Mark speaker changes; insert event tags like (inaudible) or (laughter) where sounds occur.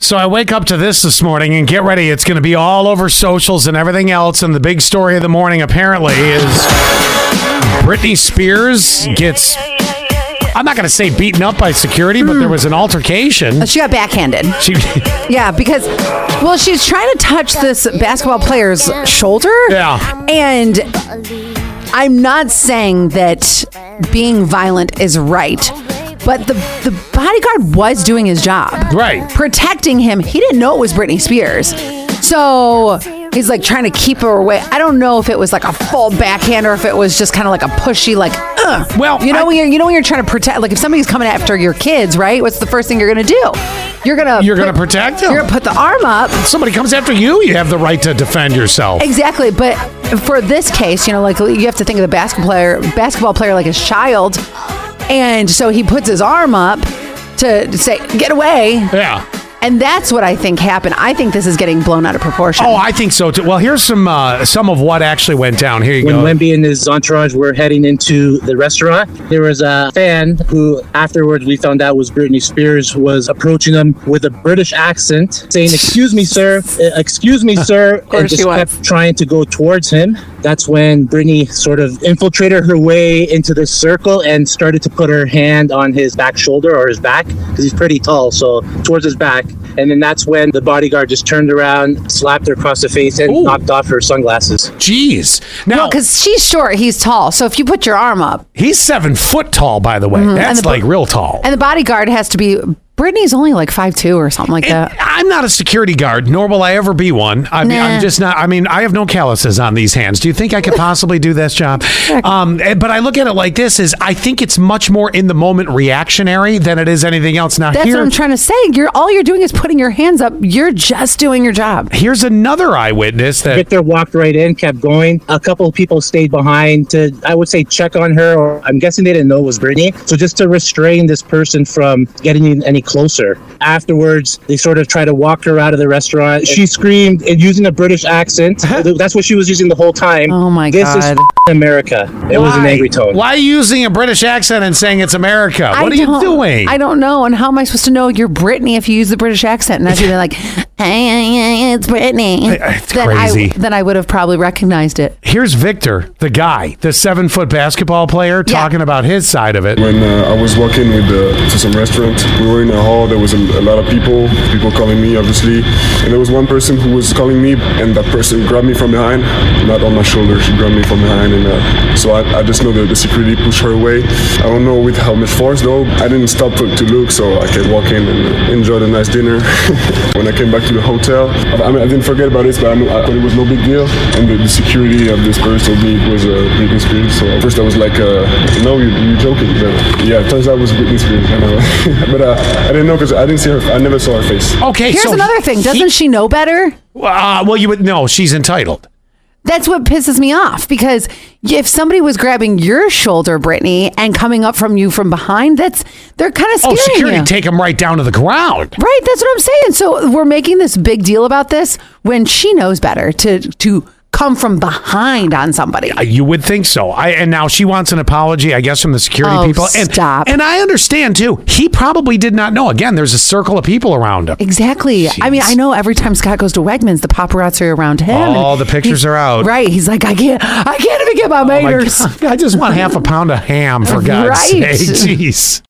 Speaker 1: So I wake up to this this morning and get ready. It's going to be all over socials and everything else. And the big story of the morning apparently is Britney Spears gets. I'm not going to say beaten up by security, but there was an altercation.
Speaker 2: She got backhanded.
Speaker 1: She,
Speaker 2: Yeah, because well, she's trying to touch this basketball player's shoulder.
Speaker 1: Yeah.
Speaker 2: And I'm not saying that being violent is right, but the the bodyguard was doing his job.
Speaker 1: Right.
Speaker 2: Protecting him. He didn't know it was Britney Spears. So he's like trying to keep her away. I don't know if it was like a full backhand or if it was just kind of like a pushy like uh.
Speaker 1: Well,
Speaker 2: you know
Speaker 1: I-
Speaker 2: when you're you know when you're trying to protect like if somebody's coming after your kids, right? What's the first thing you're going to do? You're going to
Speaker 1: You're gonna protect them.
Speaker 2: You're going to put the arm up.
Speaker 1: somebody comes after you, you have the right to defend yourself.
Speaker 2: Exactly, but for this case, you know, like you have to think of the basketball player, basketball player like his child, and so he puts his arm up to say get away,
Speaker 1: Yeah.
Speaker 2: and that's what I think happened. I think this is getting blown out of proportion.
Speaker 1: Oh, I think so too. Well, here's some uh, some of what actually went down. Here you
Speaker 3: when
Speaker 1: go.
Speaker 3: Wemby and his entourage were heading into the restaurant, there was a fan who afterwards we found out was Britney Spears was approaching them with a British accent saying, excuse me, sir, Uh,
Speaker 2: (laughs)
Speaker 3: excuse me, sir, and
Speaker 2: course
Speaker 3: just
Speaker 2: she was.
Speaker 3: kept trying to go towards him. That's when Britney sort of infiltrated her way into this circle and started to put her hand on his back shoulder or his back because he's pretty tall, so towards his back. And then that's when the bodyguard just turned around, slapped her across the face, and
Speaker 1: Ooh.
Speaker 3: knocked off her sunglasses.
Speaker 1: Jeez. Now,
Speaker 2: because she's short, he's tall. So if you put your arm up,
Speaker 1: he's seven foot tall, by Mm-hmm. the way. That's like real tall.
Speaker 2: and the bodyguard has to be Brittany's only like five two or something like
Speaker 1: And
Speaker 2: that.
Speaker 1: I'm not a security guard, nor will I ever be one. I mean, I'm
Speaker 2: Nah.
Speaker 1: just not. I mean, I have no calluses on these hands. Do you think I could possibly do this job? Um, eh, but I look at it like this: is I think it's much more in the moment reactionary than it is anything else. Now
Speaker 2: That's
Speaker 1: here,
Speaker 2: what I'm trying to say. You're all you're doing is putting your hands up. You're just doing your job.
Speaker 1: here's another eyewitness that
Speaker 3: Victor walked right in, kept going. A couple of people stayed behind to, I would say, check on her, or I'm guessing they didn't know it was Brittany. So just to restrain this person from getting in any closer. Afterwards, they sort of tried to walk her out of the restaurant. She screamed and using a British accent. That's what she was using the whole time.
Speaker 2: Oh my
Speaker 3: this This is
Speaker 2: God.
Speaker 3: f***ing America. It was an
Speaker 1: Why?
Speaker 3: angry tone.
Speaker 1: Why are you using a British accent and saying it's America? What are
Speaker 2: I
Speaker 1: you
Speaker 2: don't-
Speaker 1: doing?
Speaker 2: I don't know. And how am I supposed to know you're Brittany if you use the British accent? And I'd be like, hey, it's Brittany.
Speaker 1: It's
Speaker 2: then
Speaker 1: crazy.
Speaker 2: I, then I would have probably recognized it.
Speaker 1: Here's Victor, the guy, the seven foot basketball player,
Speaker 2: Yeah.
Speaker 1: talking about his side of it.
Speaker 4: When uh, I was walking with the, to some restaurant, we were in a hall. There was a, a lot of people, people calling me, obviously, and there was one person who was calling me, and that person grabbed me from behind, not on my shoulder. She grabbed me from behind, and uh, so I, I just know that the security pushed her away. I don't know with how much force though. I didn't stop to, to look, so I could walk in and enjoy the nice dinner. (laughs) when I came back to the hotel, I, I mean, I didn't forget about this, but I, knew, I thought it was no big deal. And the, the security of this place told me it was uh, Britney Spears. So at first I was like, uh, no, you, you're joking. But yeah, it turns out it was Britney Spears. I know. (laughs) but uh, I didn't know because I didn't see her. I never saw her face.
Speaker 1: Okay,
Speaker 2: Here's
Speaker 1: so
Speaker 2: another
Speaker 1: he-
Speaker 2: thing. Doesn't she know better?
Speaker 1: Uh, well, you would no. She's entitled.
Speaker 2: That's what pisses me off because if somebody was grabbing your shoulder, Brittany, and coming up from you from behind, that's they're kind of
Speaker 1: Oh,
Speaker 2: scaring
Speaker 1: security,
Speaker 2: you.
Speaker 1: take him right down to the ground.
Speaker 2: right, that's what I'm saying. So we're making this big deal about this when she knows better to to come from behind on somebody.
Speaker 1: Uh, You would think so. I and now she wants an apology, I guess, from the security
Speaker 2: Oh,
Speaker 1: people. And,
Speaker 2: stop.
Speaker 1: And I understand too. He probably did not know. Again, there's a circle of people around him.
Speaker 2: Exactly. I mean,
Speaker 1: Jeez.
Speaker 2: I know every time Scott goes to Wegmans, the paparazzi are around him.
Speaker 1: All
Speaker 2: and
Speaker 1: the pictures
Speaker 2: he-
Speaker 1: are out.
Speaker 2: Right. He's like, I can't, I can't even get my
Speaker 1: Oh my
Speaker 2: maters. (laughs)
Speaker 1: God, I just want half a pound of ham for God's
Speaker 2: Right.
Speaker 1: sake. Jeez.